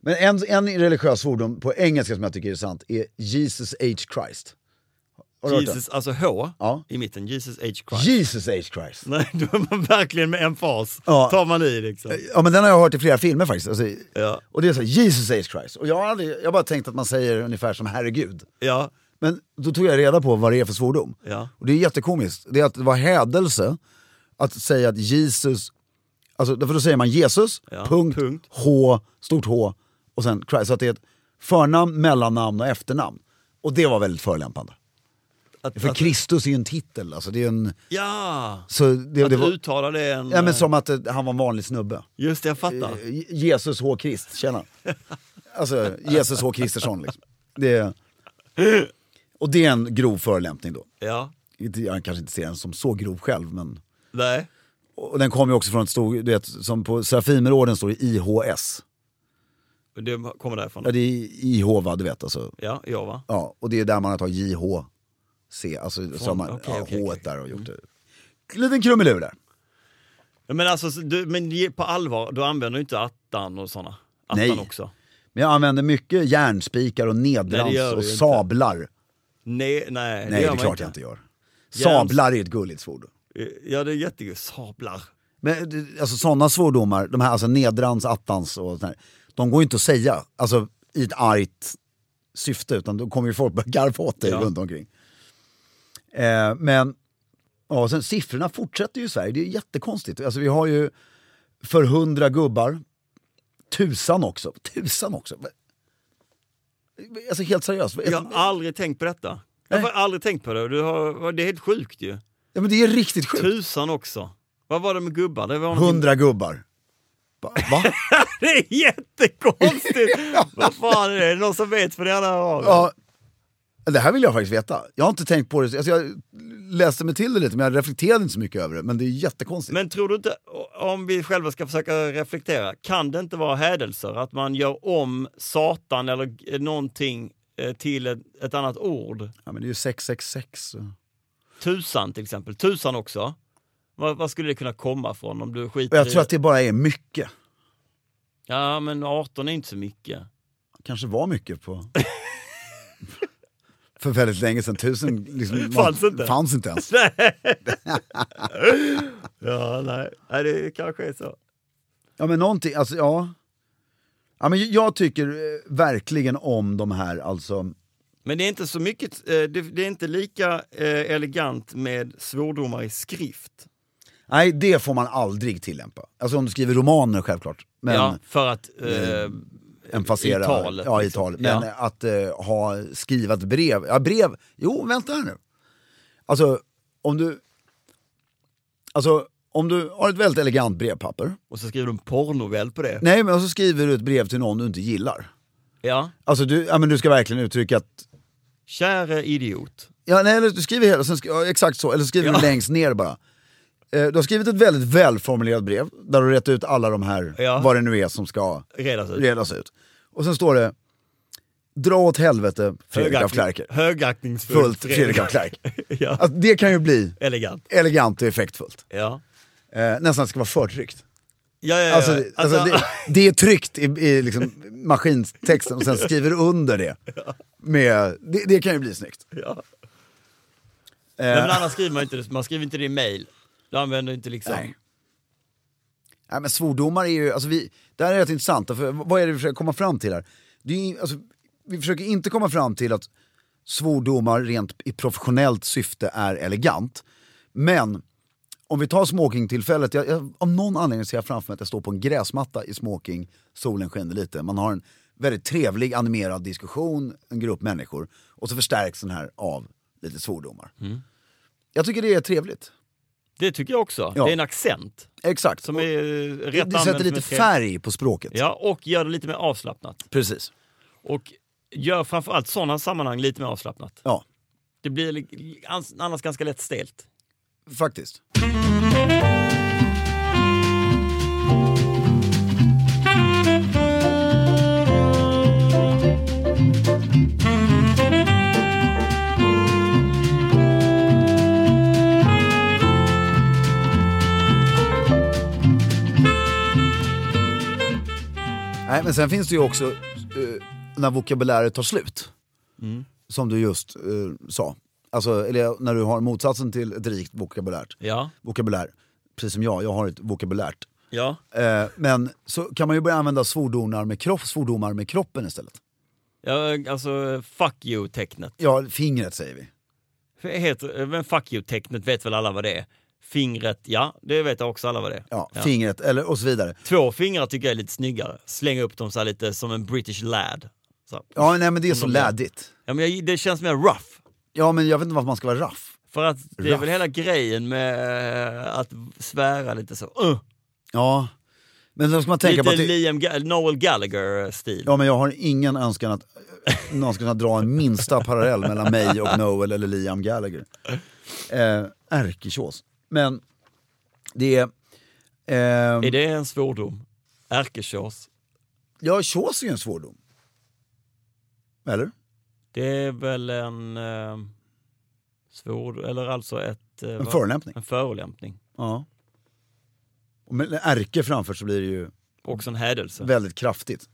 Speaker 1: Men en, en religiös svordom på engelska som jag tycker är sant är Jesus H. Christ. Har du hört den?
Speaker 2: Jesus, alltså H
Speaker 1: Ja.
Speaker 2: i mitten, Jesus H. Christ.
Speaker 1: Jesus H. Christ.
Speaker 2: Nej, då är man verkligen med en fas.
Speaker 1: Ja. Eh,
Speaker 2: Tar man i liksom.
Speaker 1: Ja men den har jag hört i flera filmer faktiskt. Alltså,
Speaker 2: Ja.
Speaker 1: Och det är så här, Jesus H. Christ. Och jag har, aldrig, jag har bara tänkt att man säger ungefär som herregud.
Speaker 2: Ja,
Speaker 1: Men då tog jag reda på vad det är för svordom.
Speaker 2: Ja.
Speaker 1: Och det är jättekomiskt. Det är att det var hädelse att säga att Jesus, alltså därför då säger man Jesus,
Speaker 2: Ja,
Speaker 1: punkt,
Speaker 2: punkt.
Speaker 1: H, stort H och sen Christ. Så att det är ett förnamn, mellannamn och efternamn. Och det var väldigt förolämpande.
Speaker 2: att,
Speaker 1: För
Speaker 2: att,
Speaker 1: Kristus är ju en titel, alltså det är en...
Speaker 2: ja.
Speaker 1: Så det,
Speaker 2: att
Speaker 1: det var,
Speaker 2: uttala det en...
Speaker 1: ja, men som att eh, han var en vanlig snubbe.
Speaker 2: Just det, jag fattar.
Speaker 1: Eh, Je- Jesus H. Krist, tjena. Alltså Jesus H. Kristersson liksom. Det är, och det är en grov förolämpning då.
Speaker 2: Ja,
Speaker 1: Inte- Jag kanske inte ser den som så grov själv men...
Speaker 2: nej.
Speaker 1: Och den kommer ju också från ett stort, du vet, som på Serafimerorden står det IHS.
Speaker 2: Det kommer därifrån.
Speaker 1: Ja det är IH va, du vet alltså.
Speaker 2: Ja, jag va?
Speaker 1: Ja, och det är där man har tagit JHC, alltså så har man
Speaker 2: okej,
Speaker 1: ja,
Speaker 2: okej,
Speaker 1: H
Speaker 2: okej. Mm.
Speaker 1: där och gjort det. Liten krumelur där.
Speaker 2: Ja, Men alltså, så du, men ge- på allvar, du använder ju inte attan och såna Attan
Speaker 1: Nej.
Speaker 2: också.
Speaker 1: Men jag använder mycket järnspikar och
Speaker 2: Nej,
Speaker 1: nedrans
Speaker 2: det gör du
Speaker 1: och
Speaker 2: ju inte.
Speaker 1: sablar.
Speaker 2: Nej, nej,
Speaker 1: Nej, det,
Speaker 2: gör
Speaker 1: är
Speaker 2: man
Speaker 1: klart jag inte gör. Sablar är ett gulligt svordom.
Speaker 2: Eh, Ja, det är jättegott. Sablar.
Speaker 1: Men eh, alltså sådana svordomar, de här alltså nedrans, attans och sånt här, de går ju inte att säga alltså, i ett argt syfte utan då kommer ju folk börja garva åt dig
Speaker 2: Ja.
Speaker 1: runt omkring. Eh, men Ja, och sen siffrorna fortsätter ju i Sverige. Det är jättekonstigt. Alltså, vi har ju för hundra gubbar, tusan också. Tusan också. Alltså helt seriöst.
Speaker 2: Jag har aldrig tänkt på detta. Jag har aldrig tänkt på det. Du har, det är helt sjukt ju.
Speaker 1: Ja, men det är riktigt sjukt.
Speaker 2: Tusan också. Vad var det med gubbar? Det, var någonting-
Speaker 1: Hundra gubbar. Va? Va?
Speaker 2: det är jättekonstigt! Vad fan är det? Är det någon som vet vad det här var?
Speaker 1: Ja, det här vill jag faktiskt veta. Jag har inte tänkt på det. Alltså, jag läste mig till det lite men jag reflekterade inte så mycket över det. Men det är jättekonstigt.
Speaker 2: Men tror du inte, om vi själva ska försöka reflektera, kan det inte vara hädelser? Att man gör om Satan eller någonting eh, till ett, ett annat ord?
Speaker 1: Ja, men det är ju 666. så-
Speaker 2: Tusan till exempel. Tusan också. Vad, vad skulle det kunna komma från om du skiter
Speaker 1: Och jag tror
Speaker 2: i
Speaker 1: att det bara är mycket.
Speaker 2: Ja, men 18 är inte så mycket.
Speaker 1: Kanske var mycket på... För väldigt länge sedan. Tusen liksom,
Speaker 2: Fanns inte.
Speaker 1: fanns inte ens.
Speaker 2: Ja, nej. nej det kanske är så.
Speaker 1: Ja men någonting, alltså ja. Ja men jag tycker eh, verkligen om de här alltså.
Speaker 2: Men det är inte så mycket, eh, det, det är inte lika eh, elegant med svordomar i skrift.
Speaker 1: Nej det får man aldrig tillämpa. Alltså om du skriver romaner självklart. Men, Mm.
Speaker 2: ja, för att... Eh,
Speaker 1: emfasera...
Speaker 2: I talet,
Speaker 1: Ja, i
Speaker 2: liksom.
Speaker 1: talet. Men
Speaker 2: Ja.
Speaker 1: eh, att eh, ha skriva ett brev. Ja, brev. Jo, vänta här nu. Alltså, om du... Alltså, om du har ett väldigt elegant brevpapper.
Speaker 2: och så skriver du en porrnovell på det.
Speaker 1: Nej, men så skriver du ett brev till någon du inte gillar.
Speaker 2: Ja.
Speaker 1: Alltså, du, ja, men du ska verkligen uttrycka att...
Speaker 2: Käre idiot.
Speaker 1: Ja, nej, eller du skriver hela, sen, sk- ja, exakt så. Eller så skriver du längst ner bara. Eh, Du har skrivit ett väldigt välformulerat brev där du rätt ut alla de här,
Speaker 2: Ja.
Speaker 1: vad det nu är som ska
Speaker 2: Redas ut.
Speaker 1: redas ut. Och sen står det, dra åt helvete Fredrik af Klerker.
Speaker 2: Högaktningsfullt.
Speaker 1: fullt Fredrik af Klerk.
Speaker 2: Ja.
Speaker 1: Alltså, det kan ju bli
Speaker 2: Elegant.
Speaker 1: elegant och effektfullt.
Speaker 2: Ja.
Speaker 1: Eh, nästan ska vara förtryckt.
Speaker 2: Ja, ja, ja.
Speaker 1: Alltså, det- alltså, det, det är tryckt i, i liksom maskintexten och sen skriver du under det. Med, det, det kan ju bli snyggt.
Speaker 2: ja.
Speaker 1: Eh,
Speaker 2: Nej, men annars skriver man inte det. Man skriver inte det i mail. Du använder inte liksom...
Speaker 1: Nej. Nej, men svordomar är ju, alltså vi, det här är rätt intressant, för vad är det vi försöker komma fram till här? Det är, ju- alltså, vi försöker inte komma fram till att svordomar rent i professionellt syfte är elegant. Men om vi tar smoking-tillfället, jag, jag, av någon anledning ser jag framför mig att jag står på en gräsmatta i smoking, solen skiner lite, man har en väldigt trevlig animerad diskussion, en grupp människor och så förstärks den här av lite svordomar. Jag tycker det är trevligt.
Speaker 2: Det tycker jag också.
Speaker 1: Ja.
Speaker 2: Det är en accent
Speaker 1: Exakt.
Speaker 2: som
Speaker 1: Och-
Speaker 2: är eh,
Speaker 1: Det,
Speaker 2: rätt
Speaker 1: det
Speaker 2: använd
Speaker 1: sätter
Speaker 2: som
Speaker 1: lite
Speaker 2: ett tre-
Speaker 1: färg på språket.
Speaker 2: Ja, och gör det lite mer avslappnat.
Speaker 1: Precis.
Speaker 2: Och gör framförallt sådana sammanhang lite mer avslappnat.
Speaker 1: Ja,
Speaker 2: Det blir li- ans- annars ganska lätt stelt.
Speaker 1: faktiskt. Nej, men sen finns det ju också eh, när vokabuläret tar slut. Som du just eh, sa. Alltså, eller när du har motsatsen till ett rikt vokabulärt.
Speaker 2: Ja,
Speaker 1: Vokabulär. Precis som jag, jag har ett vokabulärt.
Speaker 2: ja.
Speaker 1: Eh, men så kan man ju börja använda svordomar med, kropp, svordomar med kroppen istället.
Speaker 2: ja alltså fuck you-tecknet.
Speaker 1: Ja, fingret säger vi.
Speaker 2: Det heter- Men fuck you-tecknet vet väl alla vad det är? Fingret, ja, det vet jag också alla vad det är.
Speaker 1: Ja,
Speaker 2: Ja.
Speaker 1: fingret eller, och så vidare.
Speaker 2: Två fingrar tycker jag är lite snyggare. Slänga upp dem så här lite som en British lad. Så.
Speaker 1: Ja, nej men det är så
Speaker 2: de gör.
Speaker 1: lädigt.
Speaker 2: Ja, men jag, det känns mer rough.
Speaker 1: Ja, men jag vet inte varför man ska vara raff.
Speaker 2: För att det är
Speaker 1: Rough.
Speaker 2: väl hela grejen med eh, att svära lite så. Uh,
Speaker 1: Ja, men då ska man tänka på
Speaker 2: lite
Speaker 1: att... Det,
Speaker 2: Liam Ga- Noel Gallagher-stil.
Speaker 1: ja, men jag har ingen önskan att eh, någon ska kunna dra en minsta parallell mellan mig och Noel eller Liam Gallagher. Eh, Ärketjås. Men det är... ehm,
Speaker 2: Är det en svordom? Ärketjås?
Speaker 1: Ja, tjås är ju en svordom. Eller?
Speaker 2: Det är väl en eh, svordom, eller alltså ett... Eh,
Speaker 1: En
Speaker 2: vad-
Speaker 1: förolämpning.
Speaker 2: En förolämpning.
Speaker 1: Ja. Och med ärke framför så blir det ju
Speaker 2: Också en hädelse.
Speaker 1: väldigt kraftigt.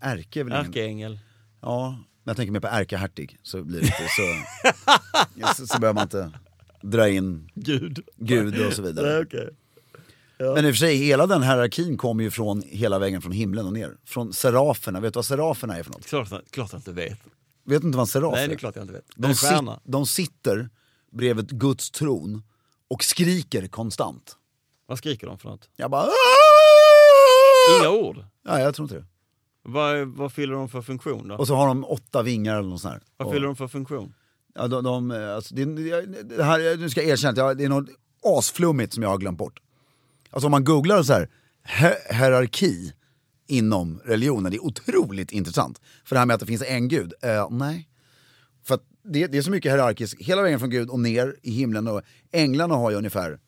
Speaker 1: Ärke är väl ingen...
Speaker 2: Ärkeängel.
Speaker 1: Ja, men jag tänker mer på ärkehertig. Så blir det inte så... så, så behöver man inte dra in
Speaker 2: Gud.
Speaker 1: Gud och så
Speaker 2: Nej,
Speaker 1: vidare.
Speaker 2: okej.
Speaker 1: Men i och för sig, hela den hierarkin kommer ju från hela vägen från himlen och ner. Från seraferna. Vet du vad seraferna är för något?
Speaker 2: Klart, att- klart jag inte vet.
Speaker 1: Vet du inte vad en seraf
Speaker 2: Nej,
Speaker 1: är?
Speaker 2: det är klart jag inte vet.
Speaker 1: De,
Speaker 2: en stjärna.
Speaker 1: sit, de sitter bredvid Guds tron och skriker konstant.
Speaker 2: Vad skriker de för något?
Speaker 1: Jag bara...
Speaker 2: Inga ord?
Speaker 1: Nej, jag tror inte det.
Speaker 2: Vad, vad fyller de för funktion då?
Speaker 1: Och så har de åtta vingar eller något sånt där.
Speaker 2: Vad
Speaker 1: Och-
Speaker 2: fyller de för funktion?
Speaker 1: Ja, de, de, eh, alltså, det, det här, nu ska jag erkänna att jag, det är något asflummigt som jag har glömt bort. Alltså om man googlar så här, he- hierarki inom religionen, det är otroligt intressant. För det här med att det finns en gud, eh, nej. För att det, det är så mycket hierarkiskt, hela vägen från gud och ner i himlen. Och änglarna har ju ungefär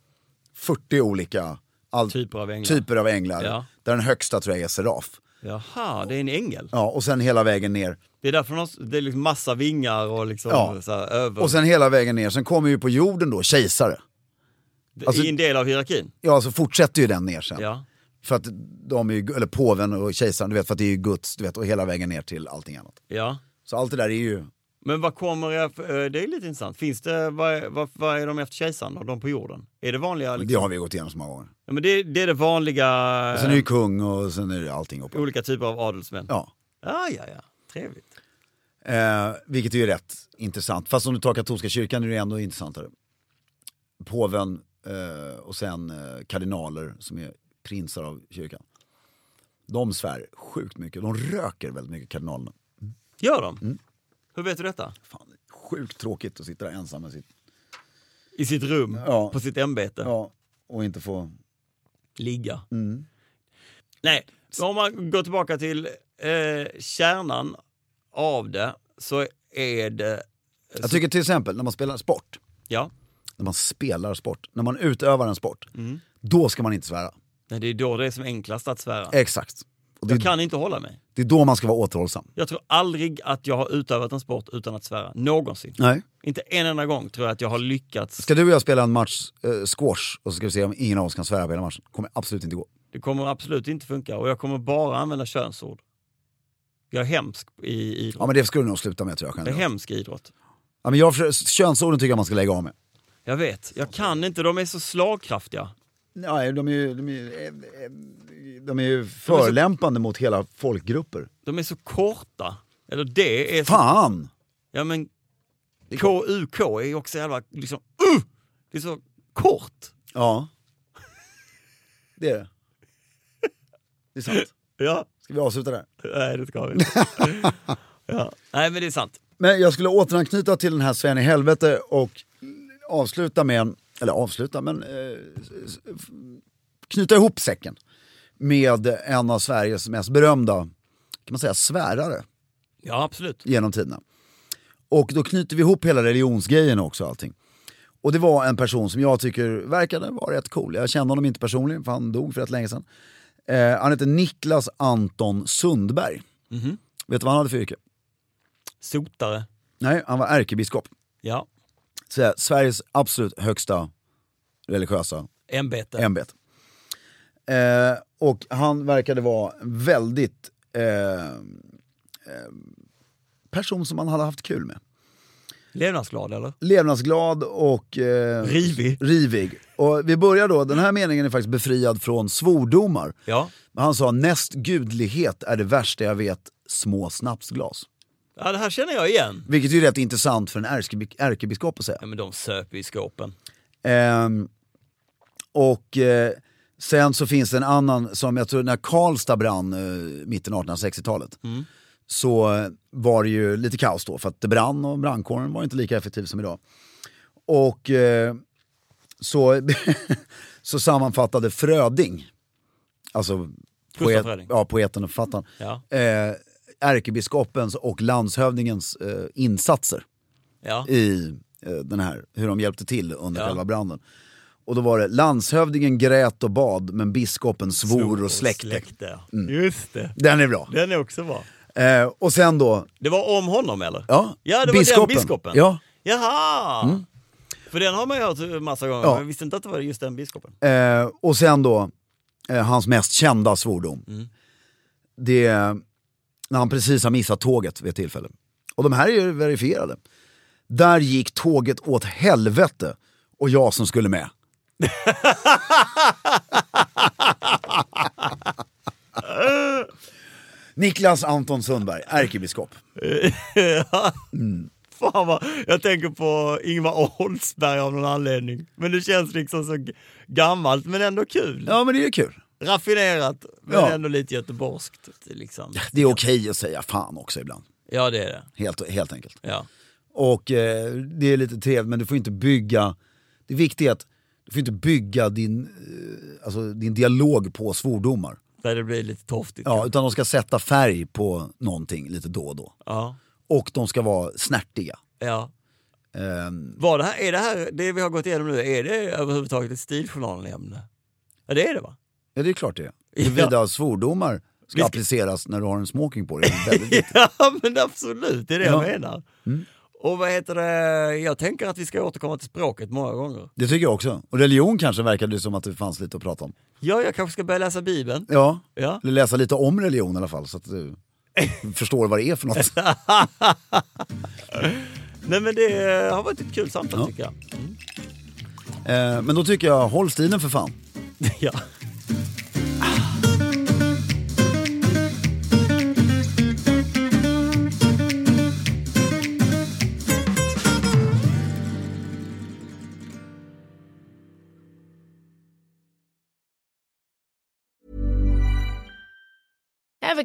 Speaker 1: 40 olika all-
Speaker 2: Typer av änglar.
Speaker 1: typer av änglar.
Speaker 2: Ja.
Speaker 1: Där den högsta tror jag är seraf.
Speaker 2: Jaha, det är en ängel.
Speaker 1: Ja, och sen hela vägen ner.
Speaker 2: Det är därför de har, det är liksom massa vingar och liksom
Speaker 1: Ja.
Speaker 2: så här, över.
Speaker 1: Och sen hela vägen ner, sen kommer ju på jorden då kejsare. alltså-
Speaker 2: I en del av hierarkin.
Speaker 1: Ja, så fortsätter ju den ner sen.
Speaker 2: Ja.
Speaker 1: För att de är ju, eller påven och kejsaren, du vet, för att det är ju Guds, du vet, och hela vägen ner till allting annat.
Speaker 2: ja.
Speaker 1: Så allt det där är ju,
Speaker 2: Men vad kommer jag, eh, det är lite intressant. Finns det, vad, vad, vad är de efter kejsaren då? De på jorden? Är det vanliga?
Speaker 1: det
Speaker 2: Liksom?
Speaker 1: har vi gått igenom så många gånger.
Speaker 2: Ja, men det, det är det vanliga, eh,
Speaker 1: Och sen är det ju kung och sen är det allting upp.
Speaker 2: olika typer av adelsmän?
Speaker 1: Ja.
Speaker 2: ja, ja. ja. Trevligt.
Speaker 1: Eh, vilket är ju rätt intressant. Fast om du tar katolska kyrkan är det ändå intressantare. Påven eh, och sen eh, kardinaler som är prinsar av kyrkan. De svär sjukt mycket, de röker väldigt mycket kardinalerna.
Speaker 2: Gör de?
Speaker 1: Mm.
Speaker 2: Hur vet du detta?
Speaker 1: Fan, sjukt tråkigt att sitta där ensam med sitt...
Speaker 2: I sitt rum,
Speaker 1: Ja.
Speaker 2: på sitt ämbete,
Speaker 1: Ja, Mm. och inte få...
Speaker 2: ligga. Nej, så om man går tillbaka till eh, kärnan av det så är det...
Speaker 1: Jag tycker till exempel när man spelar sport,
Speaker 2: Ja,
Speaker 1: när man spelar sport, när man utövar en sport, då ska man inte svära.
Speaker 2: Nej, det är då det är som enklast att svära.
Speaker 1: Exakt. Och det,
Speaker 2: Jag kan inte hålla mig.
Speaker 1: det är då man ska vara återhållsam.
Speaker 2: Jag tror aldrig att jag har utövat en sport utan att svära. Någonsin.
Speaker 1: Nej.
Speaker 2: Inte en enda gång tror jag att jag har lyckats.
Speaker 1: Ska du och jag spela en match eh, squash och så ska vi se om ingen av oss kan svära på hela matchen. kommer absolut inte gå.
Speaker 2: Det kommer absolut inte funka och jag kommer bara använda könsord. Jag är hemsk i
Speaker 1: Ja
Speaker 2: idrott.
Speaker 1: men det skulle du nog sluta med tror jag.
Speaker 2: Jag är
Speaker 1: generellt.
Speaker 2: hemsk i idrott.
Speaker 1: Ja, men jag försöker, könsorden tycker jag man ska lägga av med.
Speaker 2: Jag vet, jag kan inte. De är så slagkraftiga.
Speaker 1: Nej, de är ju, de är ju, eh, eh, de är ju förolämpande mot hela folkgrupper.
Speaker 2: De är så korta. Eller det är... Så,
Speaker 1: Fan!
Speaker 2: ja men... KUK är ju också jävla liksom... Uh! Det är så kort.
Speaker 1: Ja. Det är det. Det är sant.
Speaker 2: Ja.
Speaker 1: Ska vi avsluta där?
Speaker 2: Nej, det ska vi inte. ja. Nej, men det är sant.
Speaker 1: Men jag skulle återanknyta till den här Sven i helvete och avsluta med en, eller avsluta, men eh, s- f- knyta ihop säcken med en av Sveriges mest berömda, kan man säga svärare
Speaker 2: Ja, absolut.
Speaker 1: genom tiderna. Och då knyter vi ihop hela religionsgrejen också och allting. Och det var en person som jag tycker verkade vara rätt cool. Jag kände honom inte personligen för han dog för rätt länge sedan. Eh, han heter Niklas Anton Sundberg. Vet du vad han hade för yrke?
Speaker 2: Sotare.
Speaker 1: Nej, han var ärkebiskop.
Speaker 2: Ja.
Speaker 1: så här, Sveriges absolut högsta religiösa
Speaker 2: Ämbete.
Speaker 1: ämbete. Eh, och han verkade vara en väldigt eh, eh, person som man hade haft kul med.
Speaker 2: Levnadsglad, eller?
Speaker 1: Levnadsglad och eh,
Speaker 2: Rivig.
Speaker 1: rivig. Och vi börjar då, den här meningen är faktiskt befriad från svordomar.
Speaker 2: Ja.
Speaker 1: Men Han sa näst gudlighet är det värsta jag vet, små snapsglas.
Speaker 2: ja, det här känner jag igen.
Speaker 1: Vilket ju är rätt intressant för en ärkebi- ärkebiskop att säga.
Speaker 2: Ja, men de söp i skåpen.
Speaker 1: Ehm, och eh, sen så finns det en annan som jag tror när Karlstad brann eh, mitten av 1860-talet.
Speaker 2: Mm.
Speaker 1: Så eh, var det ju lite kaos då för att det brann och brandkåren var inte lika effektiv som idag. Och eh, så, så sammanfattade Fröding, alltså
Speaker 2: Gustav Fröding.
Speaker 1: ja, poeten och författaren,
Speaker 2: Ja.
Speaker 1: eh, ärkebiskopens och landshövdingens eh, insatser
Speaker 2: Ja.
Speaker 1: i eh, den här, hur de hjälpte till under
Speaker 2: Ja.
Speaker 1: själva branden. Och då var det landshövdingen grät och bad men biskopen svor, och Mm. släckte.
Speaker 2: Just det.
Speaker 1: Den är bra.
Speaker 2: Den är också bra.
Speaker 1: Eh, och sen då,
Speaker 2: Det var om honom, eller?
Speaker 1: ja,
Speaker 2: ja det var den biskopen.
Speaker 1: Ja, Mm.
Speaker 2: Jaha! För den har man ju hört en massa gånger,
Speaker 1: Ja.
Speaker 2: men jag visste inte att det var just den biskopen.
Speaker 1: eh, och sen då eh, hans mest kända svordom. Det är när han precis har missat tåget vid ett tillfälle. Och de här är ju verifierade. Där gick tåget åt helvete och jag som skulle med. Niklas Anton Sundberg, ärkebiskop.
Speaker 2: Fan fan vad, jag tänker på Ingvar Oldsberg av någon anledning. Men det känns liksom så g- gammalt men ändå kul.
Speaker 1: Ja, men det är ju kul.
Speaker 2: Raffinerat men
Speaker 1: Ja.
Speaker 2: ändå lite göteborgskt. Liksom.
Speaker 1: Det är okej att säga fan också ibland.
Speaker 2: Ja det är det.
Speaker 1: Helt, helt enkelt.
Speaker 2: Ja.
Speaker 1: Och eh, det är lite trevligt men du får inte bygga, det viktiga är att du får inte bygga din, eh, alltså, din dialog på svordomar.
Speaker 2: Där det blir lite torftigt.
Speaker 1: Ja, utan de ska sätta färg på någonting lite då och då.
Speaker 2: Ja.
Speaker 1: Och de ska vara snärtiga.
Speaker 2: ja.
Speaker 1: Ehm,
Speaker 2: Var det här, är det här, det vi har gått igenom nu, är det överhuvudtaget ett stiljournalämne? Ja det är det va?
Speaker 1: ja, det är klart det är.
Speaker 2: Ja.
Speaker 1: Huruvida svordomar ska
Speaker 2: Vi ska-
Speaker 1: appliceras när du har en smoking på dig. Det är väldigt viktigt.
Speaker 2: Ja men absolut, det är det jag
Speaker 1: Ja. Mm.
Speaker 2: menar. Och vad heter det, jag tänker att vi ska återkomma till språket många gånger.
Speaker 1: Det tycker jag också. Och religion kanske verkade det som att det fanns lite att prata om.
Speaker 2: Ja, jag kanske ska börja läsa Bibeln.
Speaker 1: Ja,
Speaker 2: Ja.
Speaker 1: eller läsa lite om religion i alla fall så att du förstår vad det är för något.
Speaker 2: Nej men det har varit ett kul samtal
Speaker 1: Ja.
Speaker 2: tycker jag.
Speaker 1: Eh, men då tycker jag, håll stilen för fan.
Speaker 2: Ja.
Speaker 3: Ever